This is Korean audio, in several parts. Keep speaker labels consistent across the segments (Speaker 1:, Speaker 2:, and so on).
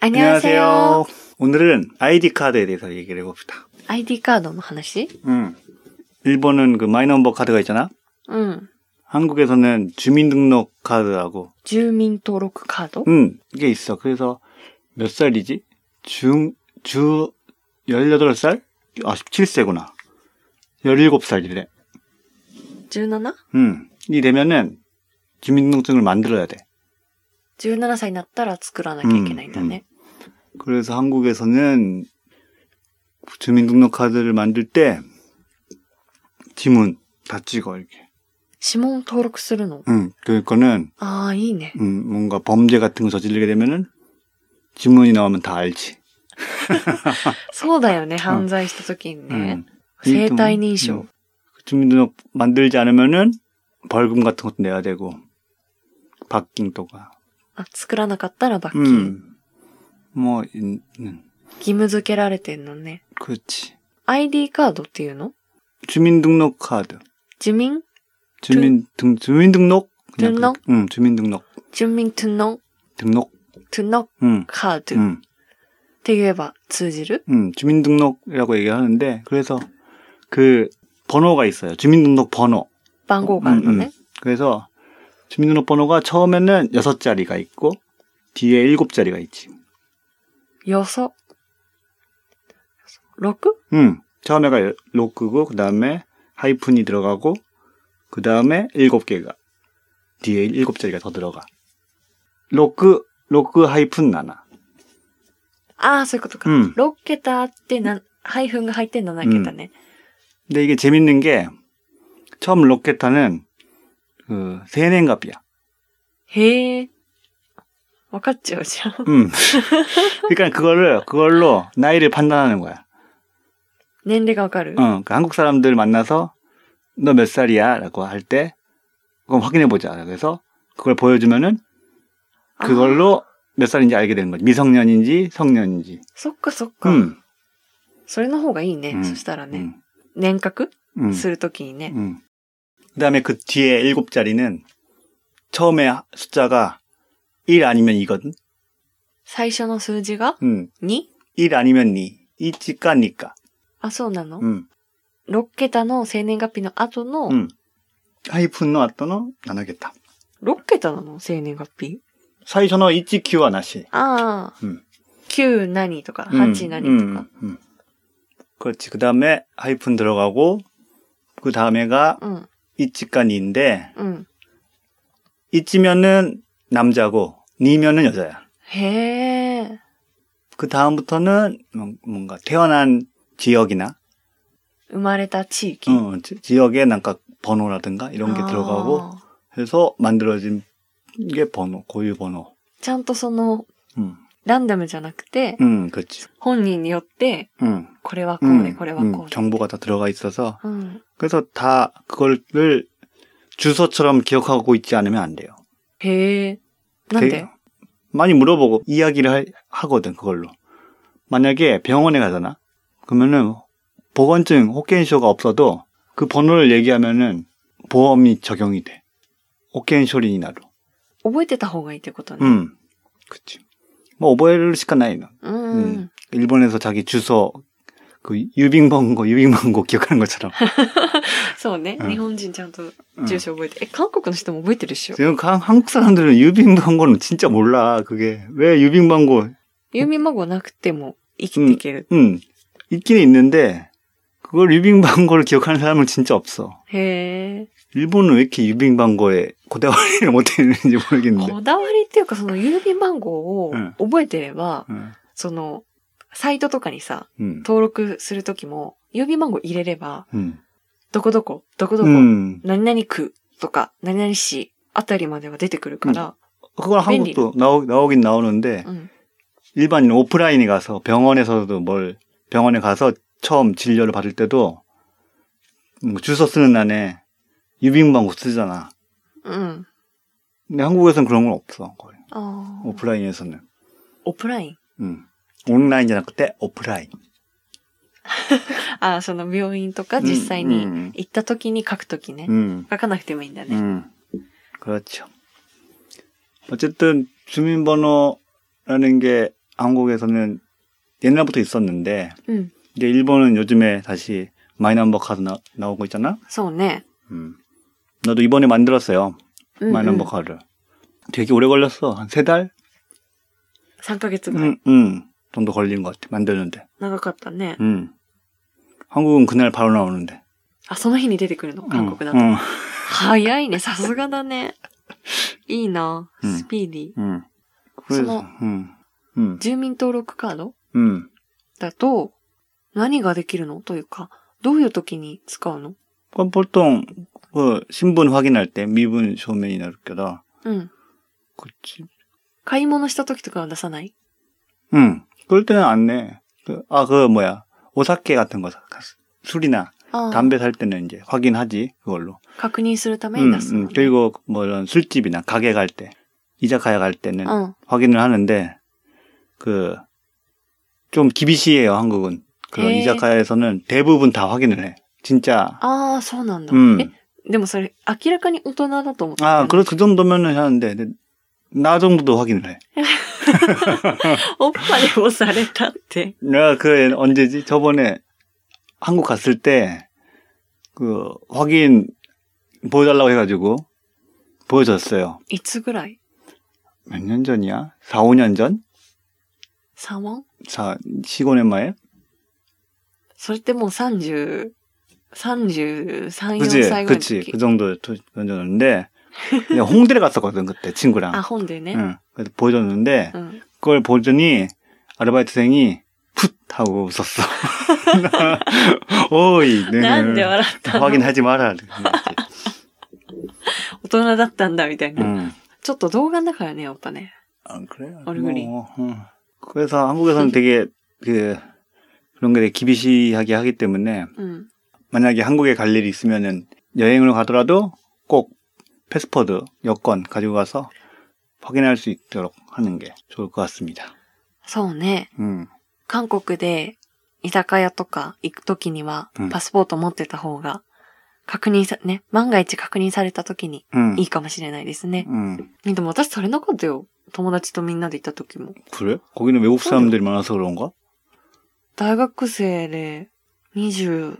Speaker 1: 안녕하세요.
Speaker 2: 오늘은 아이디 카드에 대해서 얘기를 해봅시다.
Speaker 1: 아이디 카드 너 하나씩?
Speaker 2: 음. 일본은 그 마이너넘버 카드가 있잖아.
Speaker 1: 응.
Speaker 2: 한국에서는 주민등록 카드라고.
Speaker 1: 주민등록 카드?
Speaker 2: 음, 이게 있어. 그래서 몇 살이지? 중, 주 18살? 아, 17세구나. 17살이래.
Speaker 1: 17?
Speaker 2: 음. 이 되면은 주민등록증을 만들어야 돼.
Speaker 1: 17歳になったら作らなきゃいけないんだね。
Speaker 2: 그래서 한국에서는 주민등록 카드를 만들 때 지문 다 찍어 이렇게.
Speaker 1: 指紋登録するの
Speaker 2: 음, 그거는
Speaker 1: ああ、いいね。
Speaker 2: 음, 뭔가 범죄 같은 거 저지르게 되면은 지문이 나오면 다 알지.
Speaker 1: そうだよね、犯罪した時に
Speaker 2: 음.
Speaker 1: ね。生体認証
Speaker 2: 음. 주민등록 만들지 않으면은 벌금 같은 것도 내야 되고 박빙도가.
Speaker 1: あ、作らなかったら罰金。
Speaker 2: 음. 뭐 인- 음,
Speaker 1: 義務付けられてんのね。
Speaker 2: 그렇지.
Speaker 1: ID カードっていうの
Speaker 2: 주민등록 카드.
Speaker 1: 住民
Speaker 2: 주민등 주민등록 그냥
Speaker 1: 등록?
Speaker 2: 그렇게. 응 주민등록
Speaker 1: 住民등록
Speaker 2: 등록 음,
Speaker 1: 등록
Speaker 2: 응,
Speaker 1: 카드っ
Speaker 2: 응
Speaker 1: て言えば通じる
Speaker 2: 응, 음, 주민등록이라고 얘기하는데 그래서 그 번호가 있어요 주민등록 번호
Speaker 1: 番号があるのね。
Speaker 2: 그래서 주민등록 번호가 처음에는 여섯 자리가 있고 뒤에 일곱 자리가 있지
Speaker 1: よそ。6?
Speaker 2: 응 처음에가 로크고 그 다음에 하이픈이 들어가고 그 다음에 일곱 개가 뒤에 일곱 자리가 더 들어가 로크 로크 하이픈 나나
Speaker 1: ああ、そういうことか。
Speaker 2: 응.
Speaker 1: 6桁あってな、配分が入って7桁ね。
Speaker 2: 근데 이게 재밌는 게 처음 로켓타는 그 세nen값이야.
Speaker 1: へえ。分かっちゃうじゃん。
Speaker 2: 음. 그러니까 그거를 그걸로 나이를 판단하는 거야.
Speaker 1: 年齢がわかる、
Speaker 2: 어, 그 한국 사람들 만나서 너 몇 살이야라고 할 때 그럼 확인해 보자. 그래서 그걸 보여주면은 그걸로 몇 살인지 알게 되는 거지. 미성년인지 성년인지.
Speaker 1: そっかそっか。
Speaker 2: 음.
Speaker 1: それの方がいいね。
Speaker 2: うん
Speaker 1: そしたらね。
Speaker 2: 음.
Speaker 1: 年格
Speaker 2: 음.
Speaker 1: するときにね。
Speaker 2: 음. 그다음에 그 뒤에 일곱 자리는 처음에 숫자가 1 아니면 2거든.
Speaker 1: 最初の数字が
Speaker 2: 음.
Speaker 1: 2?
Speaker 2: 1 아니면 2. 1가 니까.
Speaker 1: あ、そうなの、
Speaker 2: 음.
Speaker 1: 6桁の生年月日の後の、
Speaker 2: 음. 하이픈노 아또노 나나겠다.
Speaker 1: 6桁なの生年月日
Speaker 2: 사이셔너 이치키와 나시.
Speaker 1: ああ、
Speaker 2: うん
Speaker 1: 9何とか、
Speaker 2: 음,
Speaker 1: 8何とか。
Speaker 2: 음, 음. 그렇지. 그 다음에 하이픈 들어가고 그 다음에가
Speaker 1: うん、
Speaker 2: 이치가 니인데
Speaker 1: うん。
Speaker 2: 이치면은 남자고 니면은 여자야.
Speaker 1: へえ。
Speaker 2: 그 다음부터는 뭔- 뭔가 태어난 지역이나
Speaker 1: 生まれた地域。
Speaker 2: 어, 지- 지역의 뭔가 번호라든가 이런 게
Speaker 1: あー
Speaker 2: 들어가고 해서 만들어진 게 번호 고유 번호.
Speaker 1: ちゃんとその、
Speaker 2: 음,
Speaker 1: ランダムじゃなくて、
Speaker 2: 음, 그렇지.
Speaker 1: 本人によって、
Speaker 2: 음.
Speaker 1: これはこう
Speaker 2: 음,
Speaker 1: で、これは
Speaker 2: 음,
Speaker 1: こうで。
Speaker 2: 정보가 다 들어가 있어서
Speaker 1: うん。
Speaker 2: 그래서 다 그거를 주소처럼 기억하고 있지 않으면 안 돼요.
Speaker 1: へえ。なん
Speaker 2: 되
Speaker 1: で
Speaker 2: 많이 물어보고 이야기를 할- 하거든 그걸로. 만약에 병원에 가잖아. 그러면은 보건증 호케인쇼가 없어도 그 번호를 얘기하면은 보험이 적용이 돼. 호케인쇼린이나로.
Speaker 1: 覚えてた方がいいってことね。
Speaker 2: 음, 그치. 뭐 오버헤를 시간나이는
Speaker 1: うん。
Speaker 2: 음. 일본에서 자기 주소 그 유빙번고 유빙번고 기억하는 것처럼.
Speaker 1: そうね、
Speaker 2: うん
Speaker 1: 日本人ちゃんと
Speaker 2: 음.
Speaker 1: 住所覚えて。え、韓国の人も覚えてるっし ょ
Speaker 2: 지금 한- 한국 사람들은 유빙번고는 진짜 몰라. 그게 왜 유빙번고?
Speaker 1: 郵便番号なくても生きていける。
Speaker 2: 음, 있긴 있는데 그걸 유빙번고를 기억하는 사람은 진짜 없어.
Speaker 1: へえ。
Speaker 2: 일본은 왜 이렇게 유빙번고에 고대화를 못했는지 모르겠는데.
Speaker 1: こだわりっていうか、その郵便番号を
Speaker 2: うん
Speaker 1: 覚えてれば、
Speaker 2: 음,
Speaker 1: その、サイトとかにさ、
Speaker 2: 음,
Speaker 1: 登録するときも、郵便番号入れれば、
Speaker 2: 음,
Speaker 1: どこどこ、どこどこ、
Speaker 2: 음.
Speaker 1: 何々区とか、何々市あたりまでは出てくるから、
Speaker 2: 그건 한국도 나오, 나오긴 나오는데
Speaker 1: うん。
Speaker 2: 일반인 오프라인에 가서 병원에서도 뭘 병원에 가서 처음 진료를 받을 때도 음, 주소 쓰는 날에 유빙번고 쓰잖아.
Speaker 1: うん。
Speaker 2: 근데 한국에서는 그런 건 없어 거의
Speaker 1: あー
Speaker 2: 오프라인에서는.
Speaker 1: オプライン。
Speaker 2: 음. 온라인じゃなくて 오프라인.
Speaker 1: ああ、その病院とか実際
Speaker 2: 음,
Speaker 1: に
Speaker 2: 음,
Speaker 1: 行った時に書くときね。
Speaker 2: 음,
Speaker 1: 書かなくてもいいんだね。
Speaker 2: 음. 그렇죠. 어쨌든 주민번호라는 게 한국에서는 옛날부터 있었는데
Speaker 1: うん。
Speaker 2: 이제 일본은 요즘에 다시 마이너버 카드 나, 나오고 있잖아.
Speaker 1: そうね。
Speaker 2: 음. 나도 이번에 만들었어요.
Speaker 1: うん、うん
Speaker 2: 마이너버 카드를. 되게 오래 걸렸어. 한 세 달?
Speaker 1: 3ヶ月ぐらい。
Speaker 2: 응, 응. 정도 걸린 것 같아. 만드는데.
Speaker 1: 長かったね。
Speaker 2: 응. 한국은 그날 바로 나오는데. 음.
Speaker 1: あ、その日に出てくるの
Speaker 2: 응,
Speaker 1: 韓国だと。
Speaker 2: 응,
Speaker 1: 早いね。さすがだね。 いいな。
Speaker 2: うん
Speaker 1: スピーディー。
Speaker 2: 응.
Speaker 1: 스모.
Speaker 2: 음. 그래서, 음. 응. 응,
Speaker 1: 住民登録カード
Speaker 2: 응.
Speaker 1: だと、何ができるのというか、どういう時に使うの
Speaker 2: 그럼 보통, 그, 신분 확인할 때 미분 쇼면이 나올 거다.
Speaker 1: うん。
Speaker 2: 그치.
Speaker 1: 買い物した時とかは出さない
Speaker 2: 응. 그럴 때는 안 내. 그, 아, 그, 뭐야. 오사케 같은 거, 사- 술이나
Speaker 1: ああ。
Speaker 2: 담배 살 때는 이제 확인하지, 그걸로.
Speaker 1: 確認するため
Speaker 2: 응,
Speaker 1: に出すの、
Speaker 2: 응.
Speaker 1: ね
Speaker 2: 그리고 뭐 이런 술집이나 가게 갈 때, 이자카야 갈 때는
Speaker 1: うん。
Speaker 2: 확인을 하는데, 그, 좀 기비시해요, 한국은. 그런
Speaker 1: 에.
Speaker 2: 이자카야에서는 대부분 다 확인을 해. 진짜.
Speaker 1: ああ、そうなんだ。
Speaker 2: 음.
Speaker 1: え、でもそれ、明らかに大人だと思ってたよ
Speaker 2: 아,
Speaker 1: ね
Speaker 2: 그, 그 정도면은 하는데, 근데 나 정도도 확인을 해.
Speaker 1: おっぱでもされたって。
Speaker 2: 내가 그 언제지? 저번에 한국 갔을 때, 그, 확인 보여달라고 해가지고, 보여줬어요.
Speaker 1: いつぐらい
Speaker 2: 몇 년 전이야? 4, 5년 전?
Speaker 1: 3万
Speaker 2: 4, 15년前?
Speaker 1: それってもう30、33、4歳
Speaker 2: 그지?
Speaker 1: ぐらいの
Speaker 2: 그치.
Speaker 1: 時
Speaker 2: 그。 정도 던졌는데, 내가 홍대를 갔었거든, 그때, 친구랑.
Speaker 1: あ、本でね。
Speaker 2: 응. 그래서 보여줬는데,
Speaker 1: うん。
Speaker 2: 그걸 보더니, 아르바이트생이, 풋! 하고 웃었어. 오이, 네.
Speaker 1: なんで笑ったの
Speaker 2: 확인하지 마라. 이렇게.
Speaker 1: 大人だったんだ、みたいな。
Speaker 2: 응.
Speaker 1: ちょっと動画だからね、やっぱね。
Speaker 2: 아, 그래요?
Speaker 1: 얼굴이.
Speaker 2: 뭐, 어. 그래서 한국에서는 되게, 그, 그런 게 되게 기비시하게 하기 때문에,
Speaker 1: うん。
Speaker 2: 만약에 한국에 갈 일이 있으면은 여행을 가더라도 꼭 패스포드, 여권 가지고 가서 확인할 수 있도록 하는 게 좋을 것 같습니다.
Speaker 1: そうね。
Speaker 2: 음,
Speaker 1: 韓国で居酒屋とか行くときには
Speaker 2: うん、
Speaker 1: パスポート持ってた方が、確認さ、ね、万が一確認されたときに
Speaker 2: 음,
Speaker 1: いいかもしれないですね。
Speaker 2: 음.
Speaker 1: でも私それなかったよ。友達とみんなで行った時も。
Speaker 2: 그래? 거기는
Speaker 1: 어.
Speaker 2: 외국 사람들이 많아서 그런가?
Speaker 1: 大学生で21、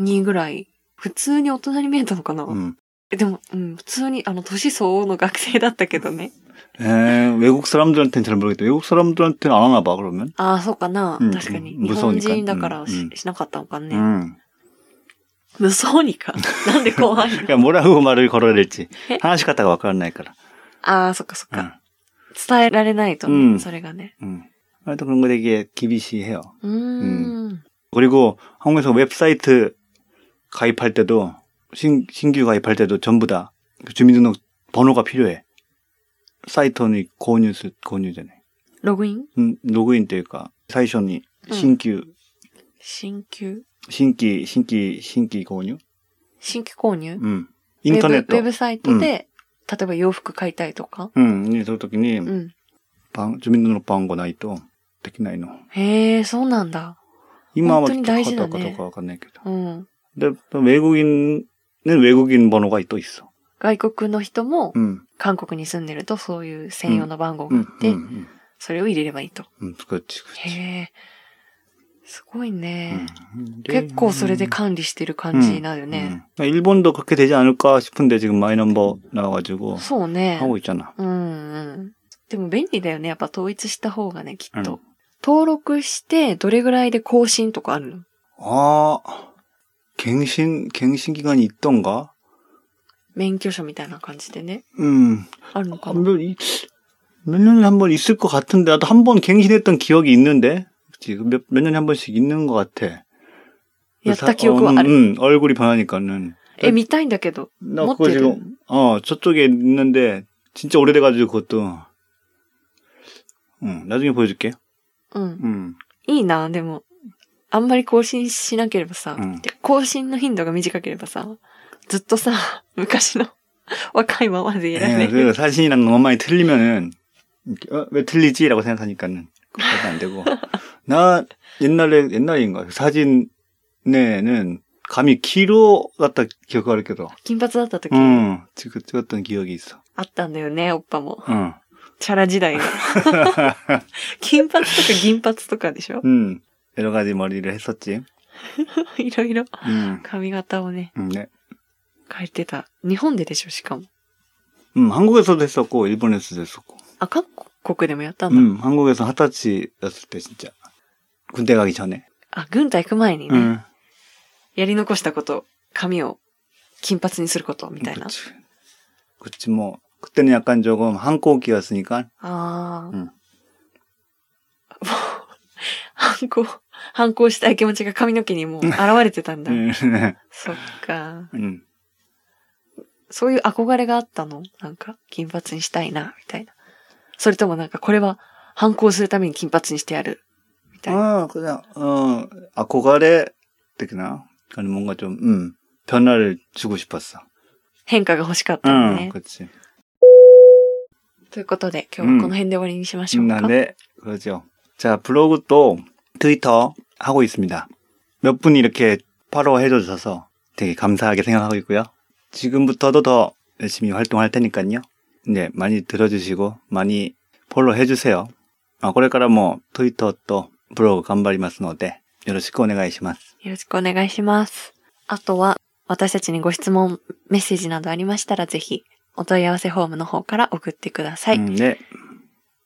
Speaker 1: 2ぐらい。普通に大人に見えたのかな、
Speaker 2: 음.
Speaker 1: えでも、うん、普通に、あの、年相応の学生だったけどね。
Speaker 2: 에, 외국 사람들한테는 잘 모르겠다. 외국 사람들한테는 안 하나 봐, 그러면?
Speaker 1: ああ、そうかな。
Speaker 2: うん
Speaker 1: 確かに。
Speaker 2: うん
Speaker 1: 日本人だから
Speaker 2: 無
Speaker 1: し,、
Speaker 2: 双にか
Speaker 1: しなかったのかね。
Speaker 2: 음.
Speaker 1: 無双に か。なんで怖い
Speaker 2: 그러니까
Speaker 1: の
Speaker 2: 뭐라고 말을 걸어야 될지.
Speaker 1: 에?
Speaker 2: 하나씩 갖다가 와깔나니까 음.
Speaker 1: ああ、そっかそっ
Speaker 2: 응.
Speaker 1: か。伝えられないとね、
Speaker 2: うん
Speaker 1: それがね。
Speaker 2: 음. 하여튼 그런 거 되게 기비시해요.
Speaker 1: うーん。
Speaker 2: 그리고 한국에서 웹사이트 가입할 때도 신, 신규 가입할 때도 전부 다그 주민등록 번호가 필요해. 사이트는 고뉴스 고뉴잖아요.
Speaker 1: ログイン
Speaker 2: 음, 로그인 때니까 사이션이
Speaker 1: 응.
Speaker 2: 신규
Speaker 1: 新旧
Speaker 2: 신기 신기 신기 고뉴.
Speaker 1: 新規購入
Speaker 2: 음. 인터넷
Speaker 1: ウェブウェ
Speaker 2: 또.
Speaker 1: ブサイトで、例えば洋服買いたいとか。
Speaker 2: 음, 이時に
Speaker 1: うん。
Speaker 2: 방, 주민등록 번호 나이 또 되게 나이 노.
Speaker 1: へえ、そうなんだ。
Speaker 2: 이마
Speaker 1: 완전히 나이지도 않네.
Speaker 2: 가다가 가네.
Speaker 1: うん。
Speaker 2: 근데 또 외국인은 외국인 번호가 또 있어.
Speaker 1: 外国の人も
Speaker 2: 음.
Speaker 1: 韓国に住んでるとそういう専用の番号があ
Speaker 2: 음,
Speaker 1: って、
Speaker 2: 음, 음.
Speaker 1: それを入れればいいと。
Speaker 2: 음, 그렇지, 그렇지.
Speaker 1: へえ。すごいね。
Speaker 2: 음, 이게-
Speaker 1: 結構それで
Speaker 2: 음,
Speaker 1: 管理してる感じになるよ
Speaker 2: 음.
Speaker 1: ね。
Speaker 2: 그러니까 일본도 그렇게 되지 않을까 싶은데 지금 마이넘버 나와가지고
Speaker 1: そうね。
Speaker 2: 하고 있잖아.
Speaker 1: うんうん。でも便利だよね。やっぱ統一した方がね、きっと。
Speaker 2: うん
Speaker 1: 登録してどれぐらいで更新とかあるの
Speaker 2: 아, 갱신 갱신 기간이 있던가?
Speaker 1: 免許証みたいな感じでね。
Speaker 2: 음,
Speaker 1: あるのかな
Speaker 2: 몇, 이- 몇 년에 한 번 있을 것 같은데 나도 한 번 갱신했던 기억이 있는데, 그치? 몇, 몇 년에 한 번씩 있는 것 같아.
Speaker 1: やっ
Speaker 2: 사-
Speaker 1: た記憶はあ
Speaker 2: 음,
Speaker 1: る。
Speaker 2: 음, 얼굴이 변하니까는.
Speaker 1: え、見たいんだけど。
Speaker 2: 나
Speaker 1: 뭐
Speaker 2: 그거
Speaker 1: 때든.
Speaker 2: 지금 어 저쪽에 있는데 진짜 오래돼가지고 그것도 응 나중에 보여줄게
Speaker 1: うん。
Speaker 2: 응
Speaker 1: いいな、でも。あんまり更新しなければさ、
Speaker 2: うん
Speaker 1: で更新の頻度が短ければさ、ずっとさ、 昔の若いままでいられる。
Speaker 2: 그 사진이랑 너무 많이 틀리면은 이렇게, 어, 왜 틀리지라고 생각하니까는 그것도 안 되고 나 옛날에 옛날인가 사진에는 감히 키로 같다 기억할 게도
Speaker 1: 金髪だった時、
Speaker 2: 응 찍, 찍었던 기억이 있어
Speaker 1: あったんだよね、おっぱも。
Speaker 2: 응
Speaker 1: チャラ時代の。金髪とか銀髪とかでしょ
Speaker 2: 음, 여러 가지 머리를 했었지.
Speaker 1: いろいろ
Speaker 2: 음,
Speaker 1: 髪型をね、
Speaker 2: 음 네.
Speaker 1: 変えてた。日本ででしょ、しかも。
Speaker 2: 음, 한국에서도 했었고, 일본에서도 했었고.
Speaker 1: あ、韓国でもやったんだ。
Speaker 2: 음, 한국에서 핫타치였을 때 진짜. 군대 가기 전에.
Speaker 1: あ、軍隊行く前にね、
Speaker 2: 음,
Speaker 1: やり残したこと、髪を金髪にすること、みたいな。
Speaker 2: 그치. 그치, 뭐. 그때는 약간 조금 한국이었으니까.
Speaker 1: ああ。
Speaker 2: うん
Speaker 1: もう、 反抗、反抗したい気持ちが髪の毛にも う現れてたんだ。
Speaker 2: 음,
Speaker 1: そっか。
Speaker 2: 음.
Speaker 1: そういう憧れがあったのなんか、金髪にしたいな、みたいな。それともなんか、これは反抗するために金髪にしてやる。みたいな。
Speaker 2: 아, 그냥, 어, 아, 고갈에, 되구나. 아니, 뭔가 좀, 음, 변화를 주고 싶었어.
Speaker 1: 変化が欲しかったの
Speaker 2: 응,
Speaker 1: ね。
Speaker 2: 그치.
Speaker 1: ということで、今日はこの辺で終わりにしましょう
Speaker 2: 음,
Speaker 1: か。
Speaker 2: 아, 네, 그러죠. 자, 블로그 또 트위터 하고 있습니다. 몇 분이 이렇게 팔로우 해줘서 되게 감사하게 생각하고 있고요. 지금부터도 더 열심히 활동할 테니까요. 네, 많이 들어주시고, 많이 팔로우 해주세요. 아, これからも 트위터 또 블로그 頑張りますので、よろしくお願いします。
Speaker 1: よろしくお願いします。あとは、私たちにご質問、メッセージなどありましたら、ぜひ、お問い合わせフォームの方から送ってください。
Speaker 2: 음, 네,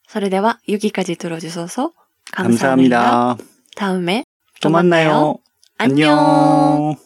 Speaker 1: それでは、ゆきかじ들어주셔서
Speaker 2: 감사합니다.
Speaker 1: 다음에
Speaker 2: 또 만나요.
Speaker 1: 안녕.
Speaker 2: 안녕.